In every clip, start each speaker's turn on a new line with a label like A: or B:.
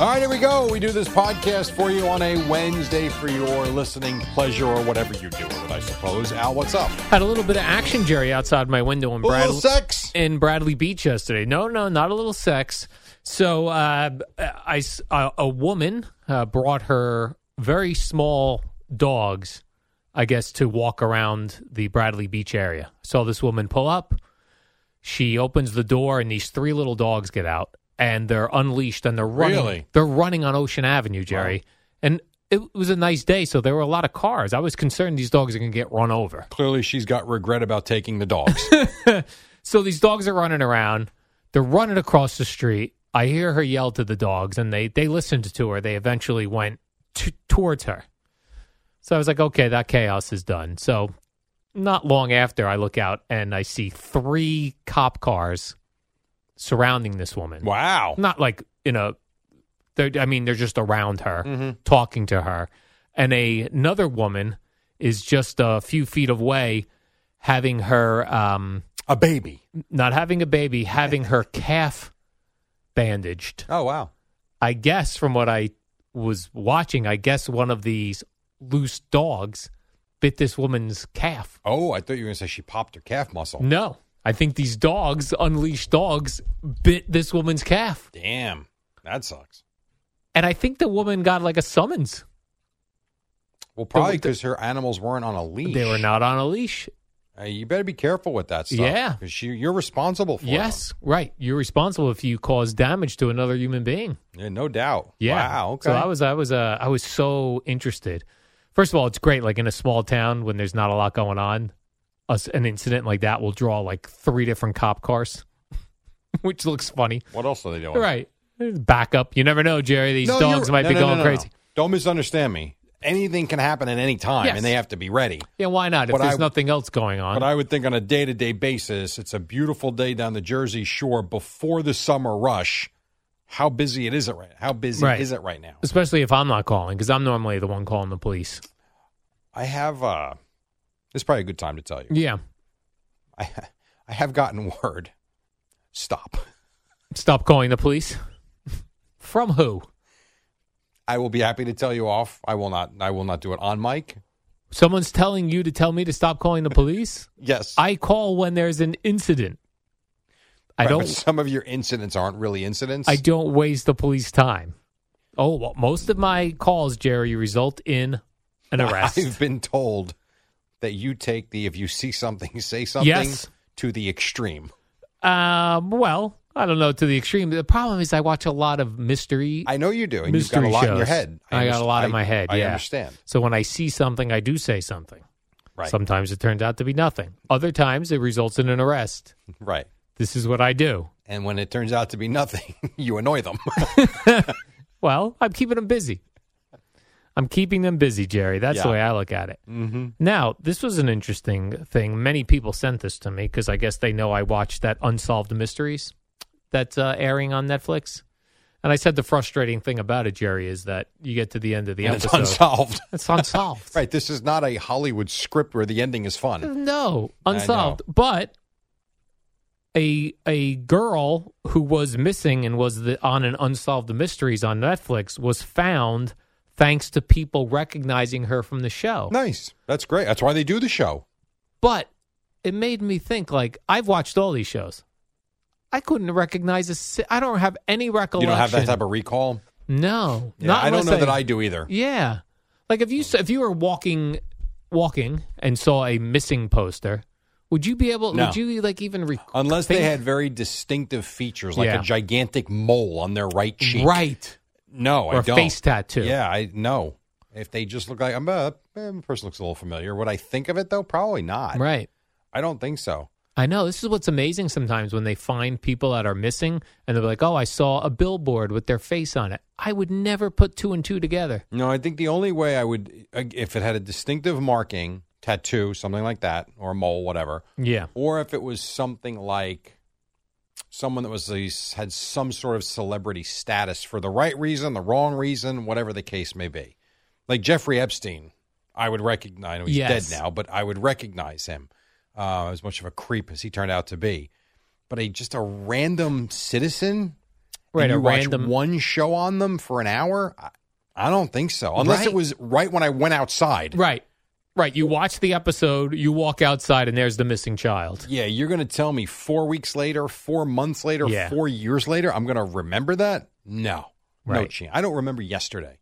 A: All right, here we go. We do this podcast for you on a Wednesday for your listening pleasure or whatever you do with it, I suppose. Al, what's up?
B: Had a little bit of action, Jerry, outside my window in
A: A little
B: Bradley
A: sex.
B: in Bradley Beach yesterday. No, no, not a little sex. So, uh, I s- a- a woman uh, brought her very small dogs, I guess, to walk around the Bradley Beach area. Saw this woman pull up. She opens the door, and these three little dogs get out, and they're unleashed, and they're running.
A: Really?
B: They're running on Ocean Avenue, Jerry. And it was a nice day, so there were a lot of cars. I was concerned these dogs are going to get run over.
A: Clearly, she's got regret about taking the dogs.
B: So these dogs are running around. They're running across the street. I hear her yell to the dogs, and they they listened to her. They eventually went t- towards her. So I was like, okay, that chaos is done. So not long after, I look out and I see three cop cars surrounding this woman.
A: wow.
B: Not like in a. They're, I mean, they're just around her, talking to her, and a, another woman is just a few feet away, having her. Um,
A: A baby.
B: not having a baby, having her calf bandaged.
A: Oh, wow.
B: I guess from what I was watching, I guess one of these loose dogs bit this woman's calf.
A: Oh, I thought you were going to say she popped her calf muscle.
B: No, I think these dogs, unleashed dogs, bit this woman's calf.
A: Damn. That sucks.
B: And I think the woman got like a summons.
A: Well, probably because her animals weren't on a leash.
B: They were not on a leash.
A: Uh, you better be careful with that stuff.
B: Yeah.
A: 'cause she, you're responsible for
B: yes, right. You're responsible if you cause damage to another human being.
A: them. Yeah, no doubt.
B: Yeah.
A: Wow. Okay.
B: So I was I was uh I was so interested. First of all, it's great like in a small town when there's not a lot going on, us an incident like that will draw like three different cop cars, which looks funny.
A: what else are they doing?
B: Right. Backup. You never know, Jerry. These
A: No,
B: dogs
A: you're-
B: might
A: no,
B: be
A: no, no,
B: going
A: no, no.
B: crazy.
A: Don't misunderstand me. Anything can happen at any time,
B: Yes.
A: and they have to be ready.
B: Yeah, why not? If
A: But
B: there's
A: I-
B: nothing else going on.
A: But I would think on a day to day basis, it's a beautiful day down the Jersey Shore before the summer rush. How busy it is it right? How busy
B: Right.
A: is it right now?
B: Especially if I'm not calling, because I'm normally the one calling the police.
A: I have. uh It's probably a good time to tell you.
B: Yeah.
A: I I have gotten word. Stop.
B: Stop calling the police. From who?
A: I will be happy to tell you off. I will not. I will not do it on mic.
B: Someone's telling you to tell me to stop calling the police?
A: Yes.
B: I call when there's an incident. I
A: Right, but
B: don't.
A: Some of your incidents aren't really incidents.
B: I don't waste the police time. Oh, well, most of my calls, Jerry, result in an arrest.
A: I've been told that you take the if you see something, say something
B: Yes.
A: to the extreme.
B: um, well, I don't know to the extreme. The problem is, I watch a lot of mystery.
A: I know you do, and
B: mystery
A: you've got a lot
B: shows.
A: in your head.
B: I, got a
A: underst-
B: lot in
A: I-
B: my head.
A: I
B: yeah.
A: understand.
B: So when I see something, I do say something.
A: Right.
B: Sometimes it turns out to be nothing. Other times, it results in an arrest.
A: Right.
B: This is what I do.
A: And when it turns out to be nothing, you annoy them.
B: Well, I'm keeping them busy. I'm keeping them busy, Jerry. That's the
A: Yeah. Mm-hmm.
B: way I look at it. Now, this was an interesting thing. Many people sent this to me because I guess they know I watched that Unsolved Mysteries that's uh, airing on Netflix. And I said the frustrating thing about it, Jerry, is that you get to the end of the
A: And it's
B: episode.
A: unsolved.
B: It's unsolved.
A: right. This is not a Hollywood script where the ending is fun.
B: No,
A: I know.
B: unsolved. But a a girl who was missing and was the, on an unsolved mysteries on Netflix was found thanks to people recognizing her from the show.
A: Nice. That's great. That's why they do the show.
B: But it made me think like I've watched all these shows. I couldn't recognize a. si- I don't have any
A: You
B: recollection.
A: don't have that type of recall.
B: No,
A: Yeah,
B: not
A: I don't
B: unless
A: know that I do either.
B: Yeah, like if you s- if you were walking walking and saw a missing poster, would you be able?
A: No.
B: Would you like even rec-
A: Unless they
B: think-
A: had very distinctive features, like
B: Yeah.
A: a gigantic mole on their right cheek.
B: right
A: No,
B: or
A: I
B: a
A: don't.
B: face tattoo?
A: Yeah, I no. If they just look like I'm a, eh, person looks a little familiar. Would I think of it though? Probably not.
B: right.
A: I don't think so.
B: I know this is what's amazing sometimes when they find people that are missing and they're like, "Oh, I saw a billboard with their face on it." I would never put two and two together.
A: No, I think the only way I would, if it had a distinctive marking, tattoo, something like that, or a mole, whatever,
B: Yeah,
A: or if it was something like someone that was a, had some sort of celebrity status for the right reason, the wrong reason, whatever the case may be. Like Jeffrey Epstein, I would recognize. I know he's
B: Yes.
A: dead now, but I would recognize him uh, as much of a creep as he turned out to be. But a just a random citizen,
B: right.
A: and
B: a
A: you watch
B: random
A: one show on them for an hour. I, I don't think so, unless
B: Right.
A: it was right when I went outside.
B: Right. Right. You watch the episode, you walk outside, and there's the missing child.
A: Yeah, you're going to tell me four weeks later, four months later,
B: Yeah.
A: four years later, I'm going to remember that? No, no
B: Right.
A: chance. I don't remember yesterday.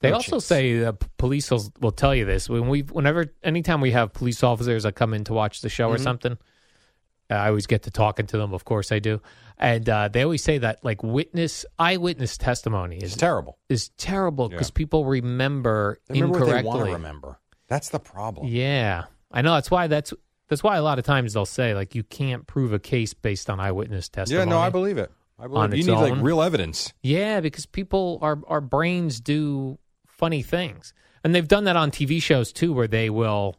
B: They
A: No
B: also
A: chance.
B: say that p- police will, will tell you this when we, whenever, anytime we have police officers that come in to watch the show
A: Mm-hmm.
B: or something. uh, I always get to talking to them, of course I do, and uh, they always say that like witness eyewitness testimony
A: It's
B: is
A: terrible.
B: is terrible
A: Yeah.
B: because people remember
A: They remember what they want
B: incorrectly.
A: to remember. That's the problem.
B: Yeah, I know. That's why that's that's why a lot of times they'll say like you can't prove a case based on eyewitness
A: Yeah,
B: testimony.
A: no, I believe it. I believe
B: On
A: it. you
B: its
A: need like
B: own.
A: real evidence.
B: Yeah, because people our our brains do funny things. And they've done that on TV shows too where they will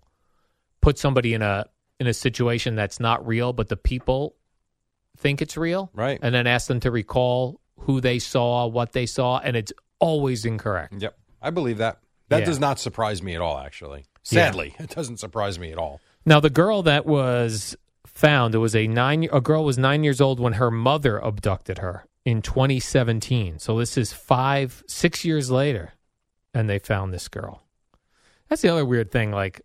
B: put somebody in a in a situation that's not real but the people think it's real.
A: Right.
B: And then ask them to recall who they saw, what they saw, and it's always incorrect.
A: Yep, I believe that. That
B: Yeah.
A: does not surprise me at all. Actually, sadly, it doesn't surprise me at all.
B: Now the girl that was found, it was a nine a girl was 9 years old when her mother abducted her in 2017. So this is 5 6 years later and they found this girl. That's the other weird thing like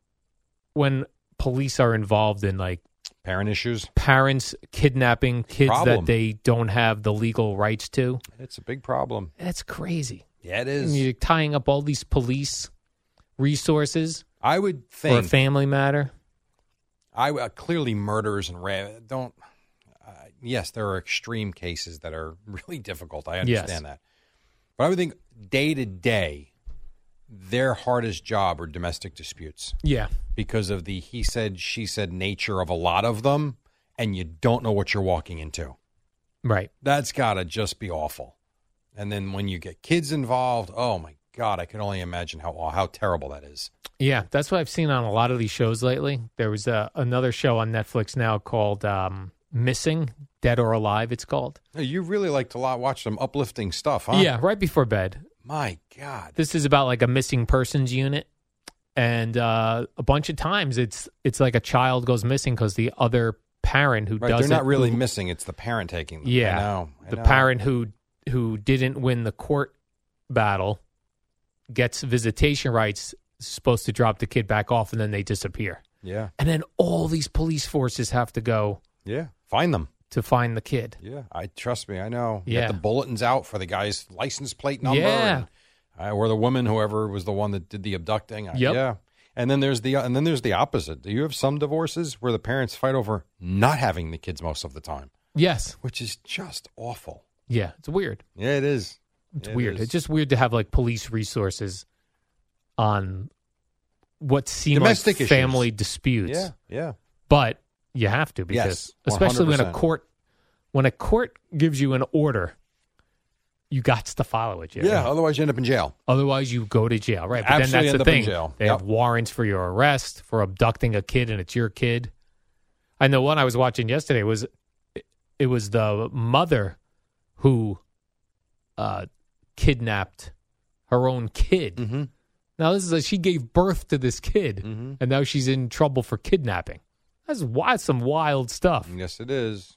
B: when police are involved in like
A: Parent issues.
B: parents kidnapping kids
A: Problem.
B: that they don't have the legal rights to.
A: It's a big problem.
B: That's crazy.
A: Yeah, it
B: And you're tying up all these police resources
A: I would
B: for a
A: think.
B: family matter.
A: I uh, clearly murders and ra- don't. Uh, yes, there are extreme cases that are really difficult. I
B: Yes.
A: understand that, but I would think day to day, their hardest job are domestic disputes
B: Yeah.
A: because of the he said she said nature of a lot of them, and you don't know what you're walking into.
B: Right.
A: That's gotta just be awful. And then when you get kids involved, oh my god, I can only imagine how how terrible that is.
B: Yeah, that's what I've seen on a lot of these shows lately. There was uh, another show on Netflix now called um, Missing, Dead or Alive, it's called.
A: You really like to lo- watch some uplifting stuff, huh?
B: Yeah, right before bed.
A: My God.
B: This is about like a missing persons unit. And uh, a bunch of times it's it's like a child goes missing because the other parent who
A: Right,
B: doesn't
A: they're not really missing. It's the parent taking them.
B: Yeah,
A: I know, I
B: the
A: know.
B: parent who who didn't win the court battle gets visitation rights, supposed to drop the kid back off, and then they disappear.
A: Yeah,
B: And then all these police forces have to go
A: yeah. Find them.
B: to find the kid.
A: Yeah, I trust me. I know. You
B: Yeah.
A: Get the bulletins out for the guy's license plate number.
B: Yeah.
A: and- I- or the woman, whoever was the one that did the abducting. I-
B: Yep.
A: Yeah. And then there's the and then there's the opposite. Do you have some divorces where the parents fight over not having the kids most of the time,
B: Yes.
A: which is just awful.
B: Yeah. It's weird.
A: Yeah, it is.
B: It's
A: It
B: weird.
A: is.
B: It's just weird to have like police resources on what seem
A: Domestic
B: like
A: issues.
B: family disputes.
A: Yeah, yeah.
B: But you have to because
A: Yes,
B: especially when a
A: 100%.
B: court when a court gives you an order, you got to follow it.
A: Yeah.
B: Jerry.
A: Otherwise, you end up in jail.
B: Otherwise, you go to jail. Right. But then
A: Absolutely
B: that's
A: end
B: the
A: up in
B: thing.
A: jail.
B: They
A: Yep.
B: have warrants for your arrest for abducting a kid, and it's your kid. I know one I was watching yesterday was it was the mother who uh, kidnapped her own kid.
A: Mhm.
B: Now this is a, she gave birth to this kid,
A: Mm-hmm.
B: and now she's in trouble for kidnapping.
A: Mm.
B: That's wild, some wild stuff.
A: Yes, it is.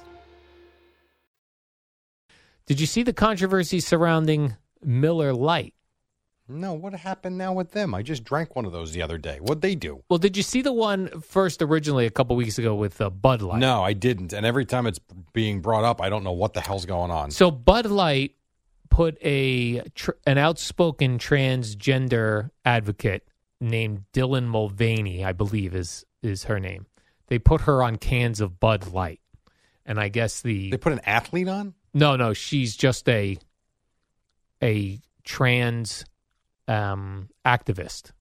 B: Did you see the controversy surrounding Miller Lite?
A: No, what happened now with them? I just drank one of those the other day. What'd they do?
B: Well, did you see the one first originally a couple weeks ago with uh, Bud Light?
A: No, I didn't. And every time it's being brought up, I don't know what the hell's going on.
B: So Bud Light put a tr- an outspoken transgender advocate named Dylan Mulvaney, I believe is is her name. They put her on cans of Bud Light, and I guess the
A: They put an athlete on?
B: no, no, she's just a a trans um, activist.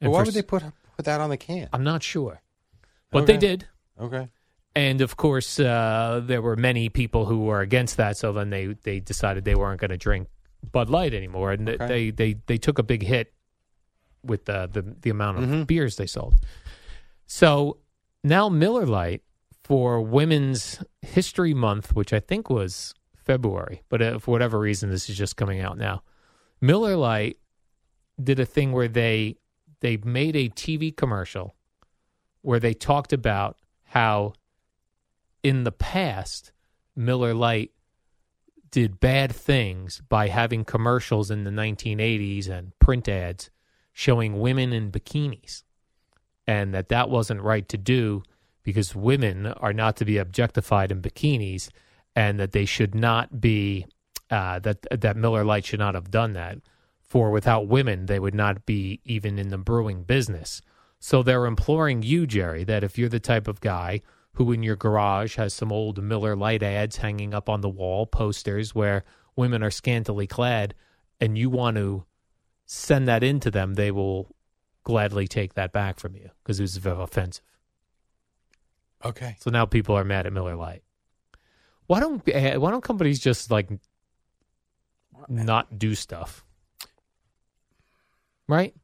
B: And
A: Well, why
B: for
A: would
B: s-
A: they put put that on the can?
B: I'm not sure, but they
A: Okay.
B: did.
A: Okay.
B: And of course, uh, there were many people who were against that. So then they, they decided they weren't going to drink Bud Light anymore, and th-
A: Okay.
B: they, they they took a big hit with the the, the amount of beers they sold. So now Miller Lite for Women's History Month, which I think was February, but uh, for whatever reason, this is just coming out now. Miller Lite did a thing where they they made a TV commercial where they talked about how in the past Miller Lite did bad things by having commercials in the 1980s and print ads showing women in bikinis and that that wasn't right to do because women are not to be objectified in bikinis and that they should not be uh, that that Miller Lite should not have done that for without women they would not be even in the brewing business so they're imploring you Jerry that if you're the type of guy who in your garage has some old Miller Lite ads hanging up on the wall posters where women are scantily clad and you want to send that in to them they will gladly take that back from you because it was very offensive.
A: Okay.
B: So now people are mad at Miller Lite. Why don't eh, why don't companies just like not do stuff? Right?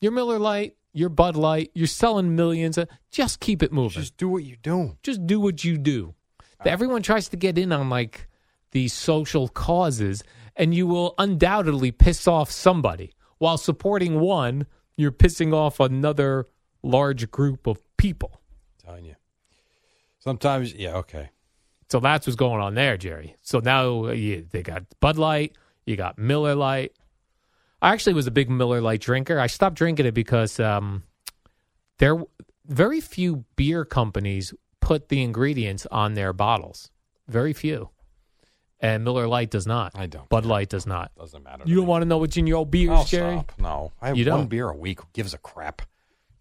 B: Your Miller Lite, your Bud Light, you're selling millions. Of, just keep it moving. Just,
A: Just do what you do.
B: do what you do. Everyone tries to get in on like these social causes, and you will undoubtedly piss off somebody. While supporting one, you're pissing off another large group of people.
A: telling you. Sometimes, yeah, okay.
B: So that's what's going on there, Jerry. So now uh, you, they got Bud Light, you got Miller Light. I actually was a big Miller Light drinker. I stopped drinking it because um, there very few beer companies put the ingredients on their bottles. Very few, and Miller Light does not.
A: I don't
B: Bud Light does not.
A: Doesn't matter. to
B: You don't
A: me.
B: want to know what's in your old beers,
A: I'll
B: Jerry.
A: stop. No, I have
B: You
A: one
B: don't? Hmm.
A: beer a week. Who gives a crap?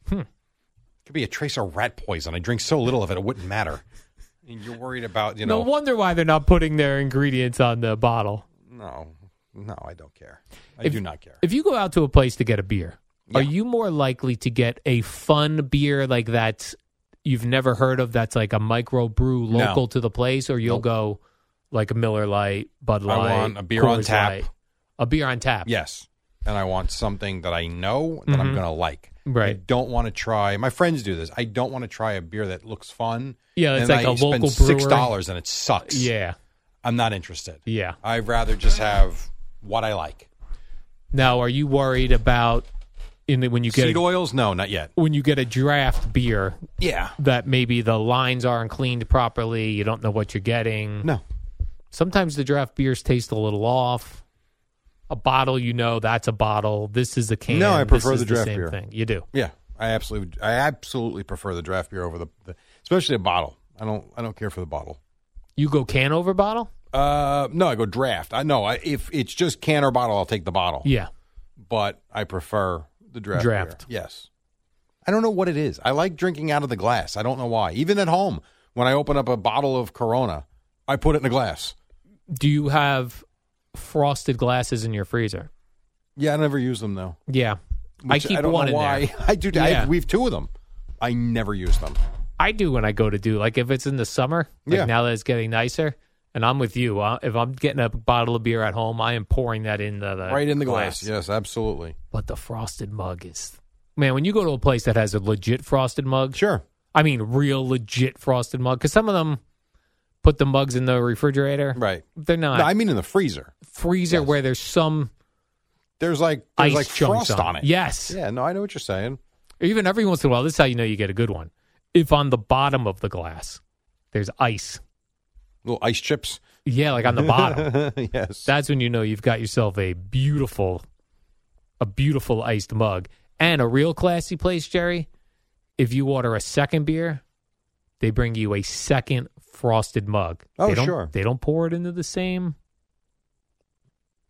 A: Could be a trace of rat poison. I drink so little of it, it wouldn't matter. And you're worried about, you know,
B: No wonder why they're not putting their ingredients on the bottle.
A: no, no, I don't care. I
B: If-
A: do not care.
B: If you go out to a place to get a beer, are you more likely to get a fun beer like that you've never heard of that's like a micro brew
A: No.
B: local to the place, or you'll go like a Miller Light, Bud
A: I
B: Light,
A: want a beer on
B: Coors
A: tap.
B: Light, a beer on tap?
A: Yes. And I want something that I know that I'm going to like. I
B: Mm-hmm. Right.
A: don't want to try. My friends do this. I don't want to try a beer that looks fun.
B: Yeah, it's
A: and
B: like
A: I
B: a local
A: spend six
B: brewery.
A: dollars and it sucks.
B: Yeah.
A: I'm not interested.
B: Yeah.
A: I'd rather just have what I like.
B: Now, are you worried about in the, when you get
A: Seed
B: a,
A: oils? No, not yet.
B: when you get a draft beer
A: Yeah.
B: that maybe the lines aren't cleaned properly, you don't know what you're getting?
A: No.
B: sometimes the draft beers taste a little off. A bottle, you know, that's a bottle. This is a can.
A: No, I
B: This
A: prefer
B: is
A: the draft
B: same
A: beer.
B: Thing. You do.
A: Yeah, I absolutely, I absolutely prefer the draft beer over the, the especially a bottle. I don't, I don't care for the bottle.
B: You go can over bottle.
A: Uh, no, I go draft. I know I, if it's just can or bottle, I'll take the bottle.
B: Yeah,
A: but I prefer the draft.
B: Draft.
A: beer. yes. I don't know what it is. I like drinking out of the glass. I don't know why. Even at home, when I open up a bottle of Corona, I put it in a glass.
B: Do you have frosted glasses in your freezer?
A: Yeah, I never use them though.
B: Yeah,
A: Which
B: I keep
A: don't
B: one
A: know
B: in
A: why.
B: there.
A: I do. I
B: Yeah.
A: have, we have two of them. I never use them.
B: I do when I go to do like if it's in the summer. Like
A: Yeah.
B: Now that it's getting nicer, And I'm with you. Uh, if I'm getting a bottle of beer at home, I am pouring that in the, the
A: right in the glass. Yes, absolutely.
B: But the frosted mug is, man. When you go to a place that has a legit frosted mug,
A: Sure.
B: I mean real legit frosted mug, because some of them put the mugs in the refrigerator.
A: Right.
B: They're not
A: No, I mean in the freezer.
B: freezer
A: yes.
B: where there's some
A: There's like there's
B: ice
A: like
B: chunks
A: frost on it.
B: Yes.
A: Yeah, no, I know what you're saying.
B: Even every once in a while, this is how you know you get a good one. If on the bottom of the glass there's ice,
A: Little ice chips.
B: yeah, like on the bottom,
A: yes.
B: that's when you know you've got yourself a beautiful, a beautiful iced mug. And a real classy place, Jerry, if you order a second beer, they bring you a second frosted mug.
A: Oh,
B: They don't-
A: sure.
B: They don't pour it into the same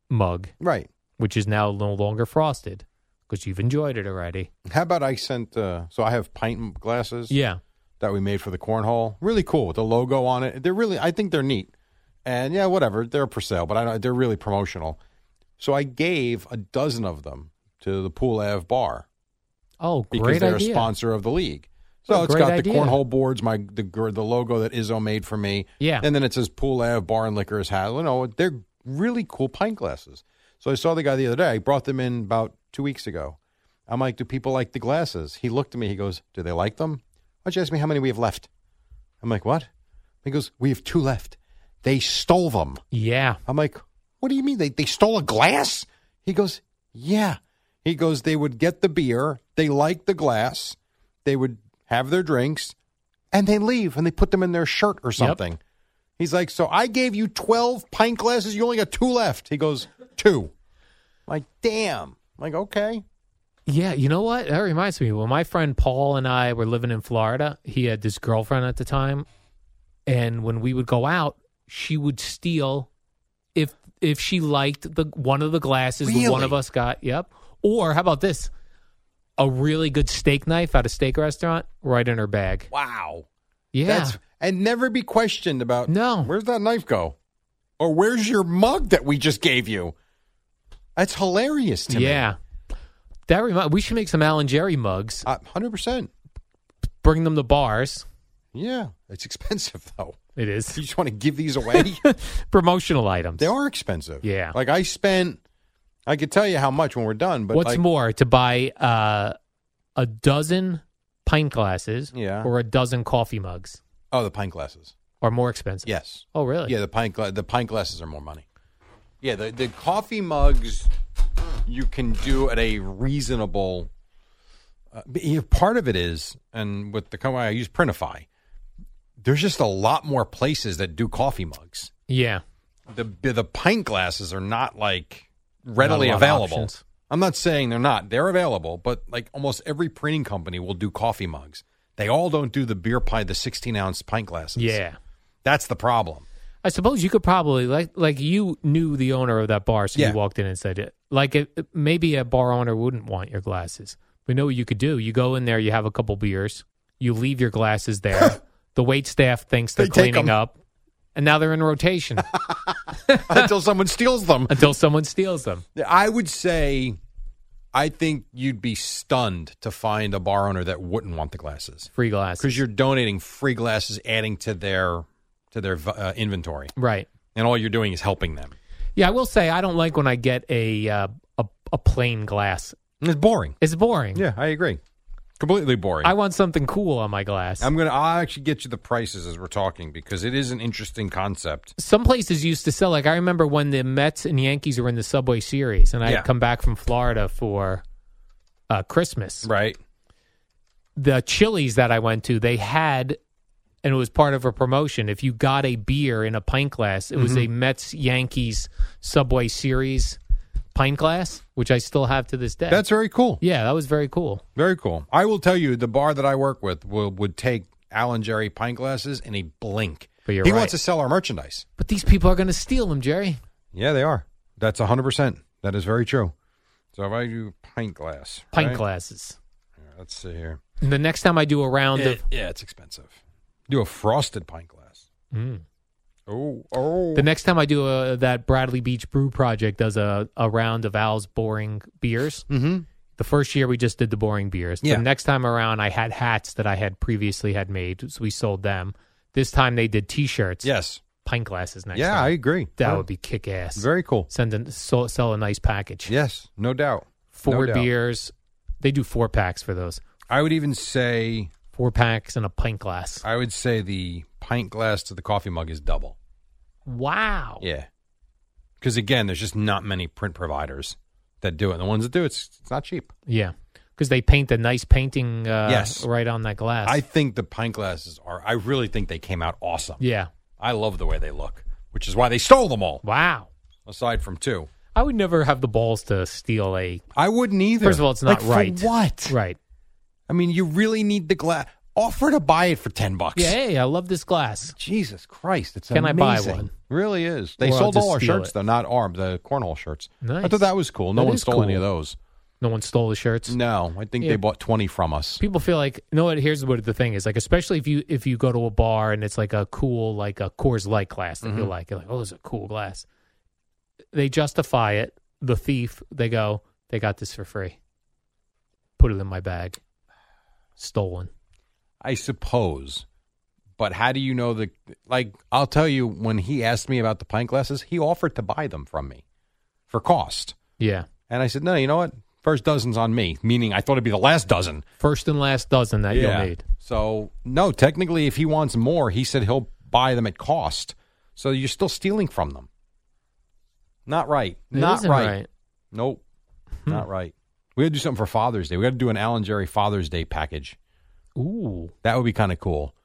B: mug,
A: right.
B: which is now no longer frosted because you've enjoyed it already.
A: How about I sent? Uh, so I have pint glasses
B: Yeah.
A: that we made for the cornhole. Really cool with the logo on it. They're really, I think they're neat. And yeah, whatever, they're for sale, but I don't, they're really promotional. So I gave a dozen of them to the Pool Ave Bar
B: Oh,
A: because
B: great
A: they're
B: idea.
A: a sponsor of the league. So
B: Oh,
A: it's
B: great
A: got
B: idea.
A: the cornhole boards, my the gr- the logo that Izzo made for me.
B: Yeah.
A: and then it says Pool Ave Bar and Liquors has. You know, they're really cool pint glasses. So I saw the guy the other day. I brought them in about two weeks ago. I'm like, do people like the glasses? He looked at me. He goes, do they like them? Why don't you ask me how many we have left? I'm like, what? He goes, we have two left. They stole them.
B: Yeah.
A: I'm like, what do you mean? They, they stole a glass? He goes, yeah. He goes, they would get the beer, they like the glass, they would have their drinks, and they leave and they put them in their shirt or something. He's like, so I gave you 12 pint glasses, you only got two left. He goes, two. I'm like, damn. I'm like, okay.
B: Yeah, you know what? That reminds me. When my friend Paul and I were living in Florida, he had this girlfriend at the time, and when we would go out, she would steal if if she liked the one of the glasses that one
A: Really?
B: of us got. Yep. Or how about this? A really good steak knife at a steak restaurant, right in her bag.
A: Wow.
B: Yeah.
A: That's, and never be questioned about,
B: No.
A: where's that knife go? Or where's your mug that we just gave you? That's hilarious to me.
B: yeah. That remind. We should make some Alan Jerry mugs.
A: Uh, 100%.
B: Bring them to bars.
A: Yeah, it's expensive though.
B: It
A: You
B: is
A: just want to give these away?
B: promotional items.
A: they are expensive.
B: Yeah.
A: Like I spent I could tell you how much when we're done, but
B: What's
A: like,
B: more, to buy uh, a dozen pint glasses
A: Yeah.
B: or a dozen coffee mugs
A: Oh, the pint glasses.
B: are more expensive?
A: Yes.
B: Oh, really?
A: Yeah, the pint gla- the pint glasses are more money. Yeah, the the coffee mugs you can do at a reasonable. Uh, but, you know, part of it is, and with the company I use, Printify. There's just a lot more places that do coffee mugs.
B: Yeah.
A: The the pint glasses are not like readily
B: Not a lot of
A: available.
B: options.
A: I'm not saying they're not. They're available, but like almost every printing company will do coffee mugs. They all don't do the beer pie, the 16 ounce pint glasses.
B: Yeah.
A: That's the problem.
B: I suppose you could probably like like you knew the owner of that bar, so
A: Yeah.
B: you walked in and said it. Like it, maybe a bar owner wouldn't want your glasses. We know what you could do. You go in there, you have a couple beers, you leave your glasses there. the wait staff thinks they're
A: They take
B: cleaning
A: 'em.
B: up, and now they're in rotation
A: Until someone steals them.
B: until someone steals them.
A: I would say, I think you'd be stunned to find a bar owner that wouldn't want the glasses
B: Free glasses,
A: because you're donating free glasses, adding to their to their uh, inventory,
B: right?
A: and all you're doing is helping them.
B: Yeah, I will say I don't like when I get a uh, a, a plain glass.
A: And it's boring.
B: It's boring.
A: Yeah, I agree. Completely boring.
B: I want something cool on my glass.
A: I'm gonna. I'll actually get you the prices as we're talking because it is an interesting concept.
B: Some places used to sell. Like I remember when the Mets and Yankees were in the Subway Series, and I
A: Yeah.
B: had come back from Florida for uh, Christmas.
A: Right.
B: The Chili's that I went to, they had, and it was part of a promotion. If you got a beer in a pint glass, it was
A: Mm-hmm.
B: a Mets Yankees Subway Series pint glass, which I still have to this day.
A: That's very cool.
B: yeah, that was very cool.
A: Very cool. I will tell you, the bar that I work with will, would take Alan Jerry pint glasses in a blink.
B: But you're
A: he
B: right.
A: wants to sell our merchandise.
B: But these people are going to steal them, Jerry.
A: Yeah, they are. That's 100%. That is very true. So if I do pint glass.
B: pint
A: right?
B: glasses.
A: Here, Let's see here.
B: The next time I do a round of
A: yeah, it's expensive. Do a frosted pint glass.
B: Mm.
A: Oh, oh.
B: the next time I do a, that Bradley Beach Brew Project does a, a round of Al's boring beers.
A: mm-hmm.
B: The first year we just did the boring beers.
A: Yeah.
B: The next time around I had hats that I had previously had made, so we sold them. This time they did T-shirts.
A: Yes.
B: pint glasses next
A: yeah, I
B: time.
A: agree.
B: that would be kick ass.
A: very cool.
B: Send a, so, sell a nice package.
A: Yes, no doubt.
B: four
A: no doubt.
B: beers. They do four packs for those.
A: I would even say
B: Four packs and a pint glass.
A: I would say the pint glass to the coffee mug is double.
B: Wow.
A: Yeah. Because again, there's just not many print providers that do it. And the ones that do it's it's not cheap.
B: Yeah. Because they paint a nice painting uh,
A: Yes.
B: right on that glass.
A: I think the pint glasses are. I really think they came out awesome.
B: yeah.
A: I love the way they look, which is why they stole them all.
B: Wow.
A: Aside from two,
B: I would never have the balls to steal a.
A: I wouldn't either.
B: First of all, it's not
A: Like, for
B: right.
A: what?
B: Right.
A: I mean, you really need the glass. Offer to buy it for ten bucks.
B: Yeah. Hey, I love this glass.
A: Jesus Christ, it's
B: Can I buy
A: amazing.
B: one?
A: Really is. They
B: Or I'll
A: sold
B: just
A: all our
B: steal
A: shirts
B: it.
A: though, not arm the cornhole shirts. I
B: Nice.
A: thought that was cool. No
B: That
A: one
B: is
A: stole any of
B: cool.
A: those.
B: No one stole the shirts.
A: No, I think
B: Yeah.
A: they bought twenty from us.
B: People feel like you know what? Here's what the thing is like, especially if you if you go to a bar and it's like a cool like a Coors Light glass that
A: Mm-hmm.
B: you like. You're like, oh, this is a cool glass. They justify it. The thief. They go, they got this for free. Put it in my bag. Stolen.
A: I suppose. But how do you know the like I'll tell you when he asked me about the pint glasses, he offered to buy them from me for cost.
B: Yeah.
A: And I said, "No, you know what? First dozen's on me," meaning I thought it'd be the last dozen.
B: First and last dozen that you'll need.
A: So, no, technically if he wants more, he said he'll buy them at cost. So you're still stealing from them. Not right.
B: It
A: Not
B: isn't
A: right. Nope. Not right. We got to do something for Father's Day. We got to do an Alan Jerry Father's Day package.
B: Ooh.
A: That would be kind of cool.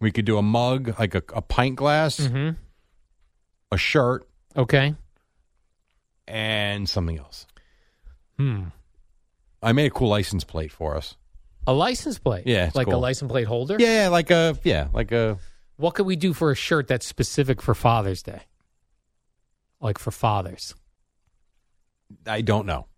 A: We could do a mug, like a, a pint glass,
B: hmm
A: a shirt,
B: Okay.
A: and something else.
B: Hmm.
A: I made a cool license plate for us.
B: A license plate.
A: Yeah, it's
B: Like a
A: cool.
B: license plate holder.
A: Yeah, like a yeah, like a
B: What could we do for a shirt that's specific for Father's Day? Like for fathers.
A: I don't know.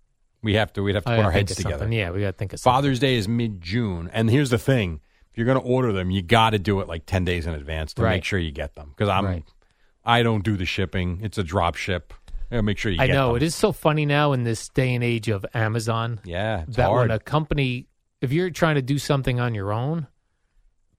A: We have to we'd have to
B: I
A: put
B: gotta
A: our
B: think
A: heads
B: of something.
A: together.
B: Oh, Yeah, we got to think of something.
A: Father's Day is mid June, and here's the thing: if you're going to order them, you got to do it like ten days in advance to
B: Right.
A: make sure you get them. Because I'm
B: Right.
A: I don't do the shipping; it's a drop ship. I gotta make sure you.
B: I
A: get
B: know
A: them.
B: it is so funny now in this day and age of Amazon
A: Yeah, it's
B: that
A: hard.
B: when a company, if you're trying to do something on your own,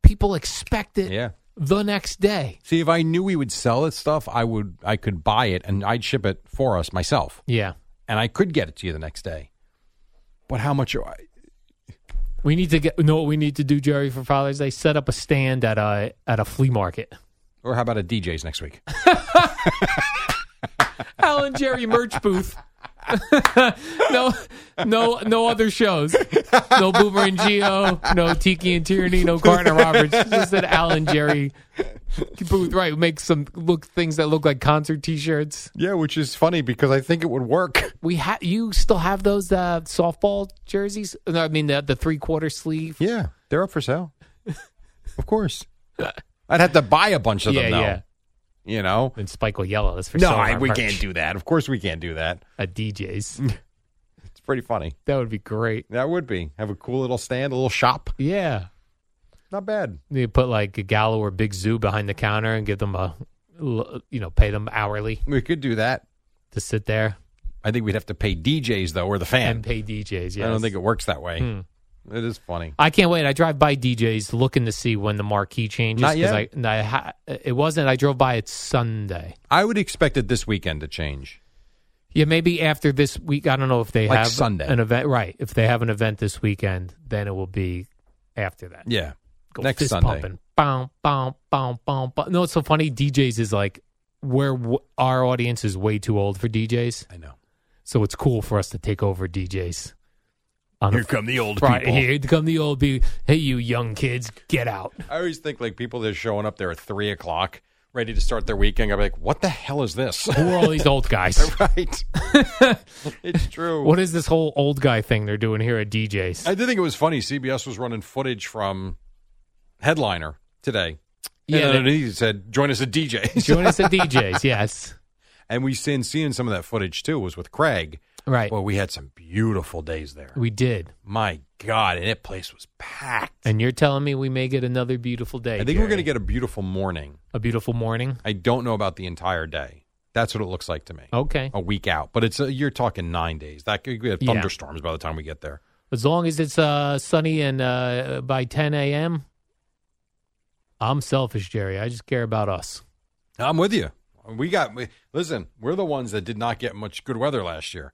B: people expect it
A: yeah.
B: the next day.
A: See, if I knew we would sell this stuff, I would I could buy it and I'd ship it for us myself,
B: Yeah,
A: and I could get it to you the next day. But how much? Are I,
B: we need to get know what we need to do, Jerry, for Father's Day. Set up a stand at a at a flea market.
A: or how about a DJ's next week?
B: Alan Jerry merch booth. no, no, no other shows. No Boomer and Geo. No Tiki and Tierney. No Carter Roberts. Just an Alan Jerry booth. Right, make some look things that look like concert T-shirts.
A: yeah, which is funny because I think it would work.
B: We have you still have those uh, softball jerseys? No, I mean the the three quarter sleeve.
A: Yeah, they're up for sale. of course, I'd have to buy a bunch of
B: yeah,
A: them though.
B: yeah.
A: You know.
B: And Spike will yell at us for
A: No,
B: selling
A: I,
B: our
A: we
B: merch
A: can't do that. Of course, we can't do that.
B: at DJs.
A: It's pretty funny.
B: that would be great.
A: That would be have a cool little stand, a little shop.
B: Yeah.
A: Not bad.
B: You put like a Gallo or Big Zoo behind the counter and give them a, l- you know, pay them hourly
A: We could do that.
B: to sit there
A: I think we'd have to pay DJs though, or the fan.
B: and pay DJs. Yes.
A: I don't think it works that way.
B: Hmm.
A: It is funny.
B: I can't wait. I drive by DJs looking to see when the marquee changes.
A: Not
B: 'cause
A: yet?
B: I, no, I ha- it wasn't. I drove by it Sunday.
A: I would expect it this weekend to change.
B: Yeah, maybe after this week. I don't know if they
A: Like
B: have
A: Sunday.
B: an event. Right. If they have an event this weekend, then it will be after that.
A: Yeah.
B: Go
A: next
B: fist
A: Sunday.
B: Pumping. Bom, bom, bom, bom, bom. No, it's so funny. DJs is like, where w- our audience is way too old for DJs.
A: I know.
B: So it's cool for us to take over DJs. On
A: Here
B: a
A: come the old
B: Friday.
A: people.
B: Here come the old people. Hey, you young kids, get out.
A: I always think like people that are showing up there at three o'clock, ready to start their weekend. I'm like, what the hell is this?
B: Who are all these old guys?
A: right. it's true.
B: What is this whole old guy thing they're doing here at DJs?
A: I did think it was funny. CBS was running footage from Headliner today.
B: Yeah,
A: Yeah, and
B: they-
A: he said, "Join us at DJs."
B: Join us at DJs, yes.
A: and we seen seeing some of that footage too was with Craig.
B: Right.
A: Well, we had some beautiful days there.
B: we did.
A: My God, and that place was packed.
B: And you're telling me we may get another beautiful day.
A: I think we're
B: Jerry.
A: going to get a beautiful morning.
B: a beautiful morning.
A: I don't know about the entire day. That's what it looks like to me.
B: Okay.
A: A week out, but it's a, you're talking nine days. That could we have
B: Yeah.
A: thunderstorms by the time we get there.
B: As long as it's uh, sunny and uh, by 10 a.m., I'm selfish, Jerry. I just care about us.
A: I'm with you. We got we, listen. We're the ones that did not get much good weather last year.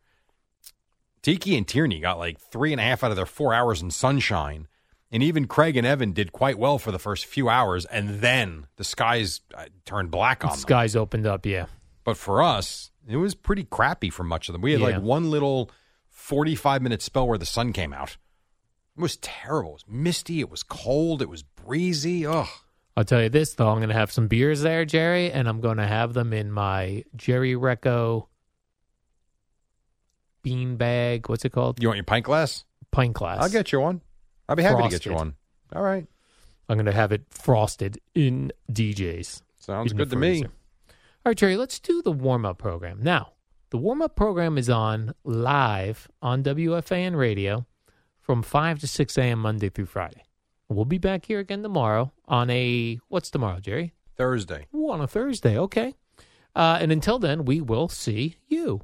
A: Tiki and Tierney got like three and a half out of their four hours in sunshine, and even Craig and Evan did quite well for the first few hours, and then the skies uh, turned black on them.
B: Skies opened up, yeah.
A: But for us, it was pretty crappy for much of them. We had
B: Yeah.
A: like one little 45 minute spell where the sun came out. It was terrible. It was misty. It was cold. It was breezy. Ugh.
B: I'll tell you this though, I'm going to have some beers there, Jerry, and I'm going to have them in my Jerry Recco bean bag. What's it called?
A: You want your pint glass?
B: Pint glass.
A: I'll get you one. I'll be happy to get you
B: Frosted.
A: one. All right.
B: I'm going to have it frosted in DJs.
A: Sounds
B: in the
A: good to me.
B: freezer. All right, Jerry, let's do the warm up program. Now, the warm up program is on live on WFAN radio from 5 to 6 a.m. Monday through Friday. We'll be back here again tomorrow on a, what's tomorrow, Jerry?
A: Thursday.
B: Ooh, on a Thursday. Okay. Uh, and until then, we will see you.